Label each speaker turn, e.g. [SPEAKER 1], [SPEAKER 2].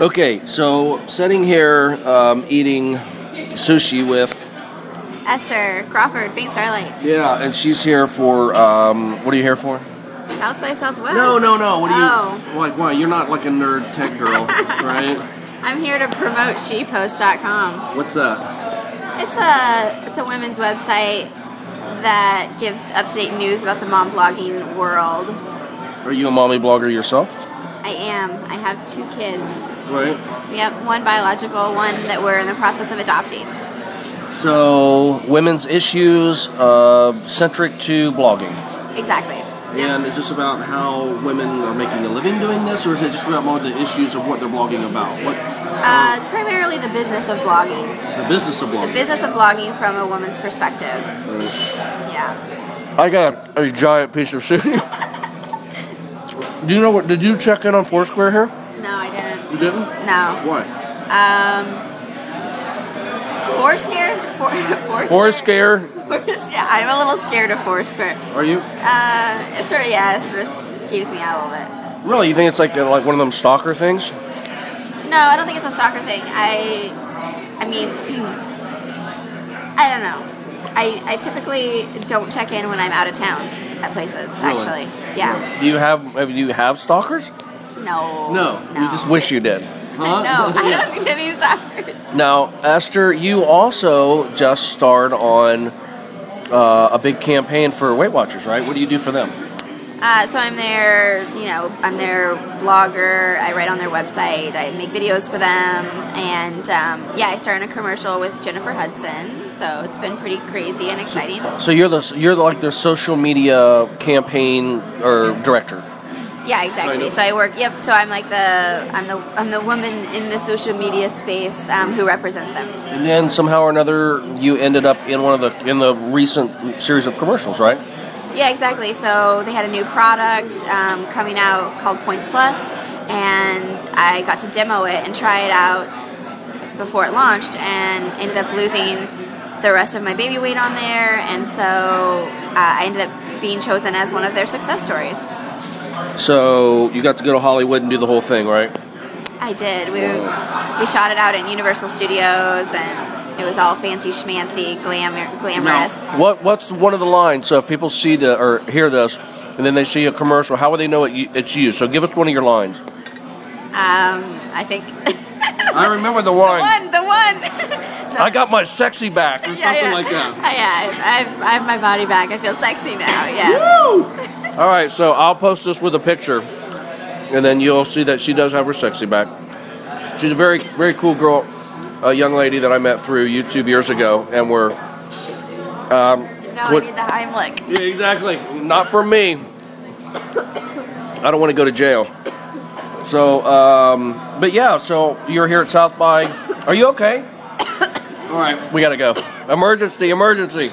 [SPEAKER 1] Okay, so sitting here um, eating sushi with
[SPEAKER 2] Esther Crawford, Faint Starlight,
[SPEAKER 1] yeah, and she's here for um, what are you here for?
[SPEAKER 2] South by Southwest.
[SPEAKER 1] No, no, no. What are
[SPEAKER 2] Oh,
[SPEAKER 1] you like? Why you're not like a nerd tech girl, right?
[SPEAKER 2] I'm here to promote ShePost.com.
[SPEAKER 1] What's that?
[SPEAKER 2] It's a it's a women's website that gives up to date news about the mom blogging world.
[SPEAKER 1] Are you a mommy blogger yourself?
[SPEAKER 2] I am. I have two kids.
[SPEAKER 1] Right.
[SPEAKER 2] Yep, one biological, one that we're in the process of adopting.
[SPEAKER 1] So women's issues uh, centric to blogging.
[SPEAKER 2] Exactly.
[SPEAKER 1] And is this about how women are making a living doing this, or is it just about more the issues of what they're blogging about? What
[SPEAKER 2] Uh, it's primarily the business of blogging.
[SPEAKER 1] the business of
[SPEAKER 2] The
[SPEAKER 1] blogging?
[SPEAKER 2] business of blogging from a woman's perspective. Yeah.
[SPEAKER 1] I got a, a giant piece of sushi. Do you know what? Did you check in on Foursquare here?
[SPEAKER 2] No, I didn't.
[SPEAKER 1] You didn't.
[SPEAKER 2] No.
[SPEAKER 1] Why?
[SPEAKER 2] Four scares. Four. Four.
[SPEAKER 1] Foursquare.
[SPEAKER 2] yeah, I'm a little scared of Foursquare.
[SPEAKER 1] Are you
[SPEAKER 2] Uh, it's sort of yeah, it sort of skews me out a little
[SPEAKER 1] really? You think it's like like one of them stalker things?
[SPEAKER 2] bit. No, I don't think it's a stalker thing. I, I mean, I don't know. I, I typically don't check in when I'm out of town at places. Actually, yeah,
[SPEAKER 1] Do you have have you have stalkers?
[SPEAKER 2] no, no.
[SPEAKER 1] You just wish you did.
[SPEAKER 2] I know. I don't need any stalkers.
[SPEAKER 1] Now, Esther, you also just starred on uh, a big campaign for Weight Watchers, right? What do you do for them?
[SPEAKER 2] Uh, so I'm their, you know, I'm their blogger. I write on their website. I make videos for them, and um, yeah, I star in a commercial with Jennifer Hudson. So it's been pretty crazy and exciting.
[SPEAKER 1] So you're the you're like their social media campaign or director.
[SPEAKER 2] Yeah,
[SPEAKER 1] Kind
[SPEAKER 2] exactly.
[SPEAKER 1] of.
[SPEAKER 2] So I work. Yep. So I'm like the I'm the I'm the woman in the social media space um, who represents them.
[SPEAKER 1] And then somehow or another, you ended up in one of the in the recent series of commercials, right?
[SPEAKER 2] Yeah, exactly. So they had a new product um, coming out called Points Plus, and I got to demo it and try it out before it launched, and ended up losing the rest of my baby weight on there, and so uh, I ended up being chosen as one of their success stories.
[SPEAKER 1] So you got to go to Hollywood and do the whole thing, right?
[SPEAKER 2] I did. We we shot it out at Universal Studios, and it was all fancy schmancy, glamour, glamorous.
[SPEAKER 1] What what's one of the lines? So if people see the or hear this, and then they see a commercial, how would they know it, you- it's you? So give us one of your lines.
[SPEAKER 2] Um, I think
[SPEAKER 1] I remember the
[SPEAKER 2] the one, the one.
[SPEAKER 1] I got my sexy back.
[SPEAKER 2] Yeah, yeah. Uh, yeah, I've, I've, I have my body back. I feel sexy now. Yeah.
[SPEAKER 1] All right, so I'll post this with a picture, and then you'll see that she does have her sexy back. She's a very, very cool girl, a young lady that I met through YouTube years ago, and we're
[SPEAKER 2] Now
[SPEAKER 1] What-
[SPEAKER 2] I need the Heimlich.
[SPEAKER 1] yeah, exactly not for me. I don't want to go to jail. So, um, but yeah, so you're here at South by. Are you okay? All right, we gotta go. Emergency! Emergency!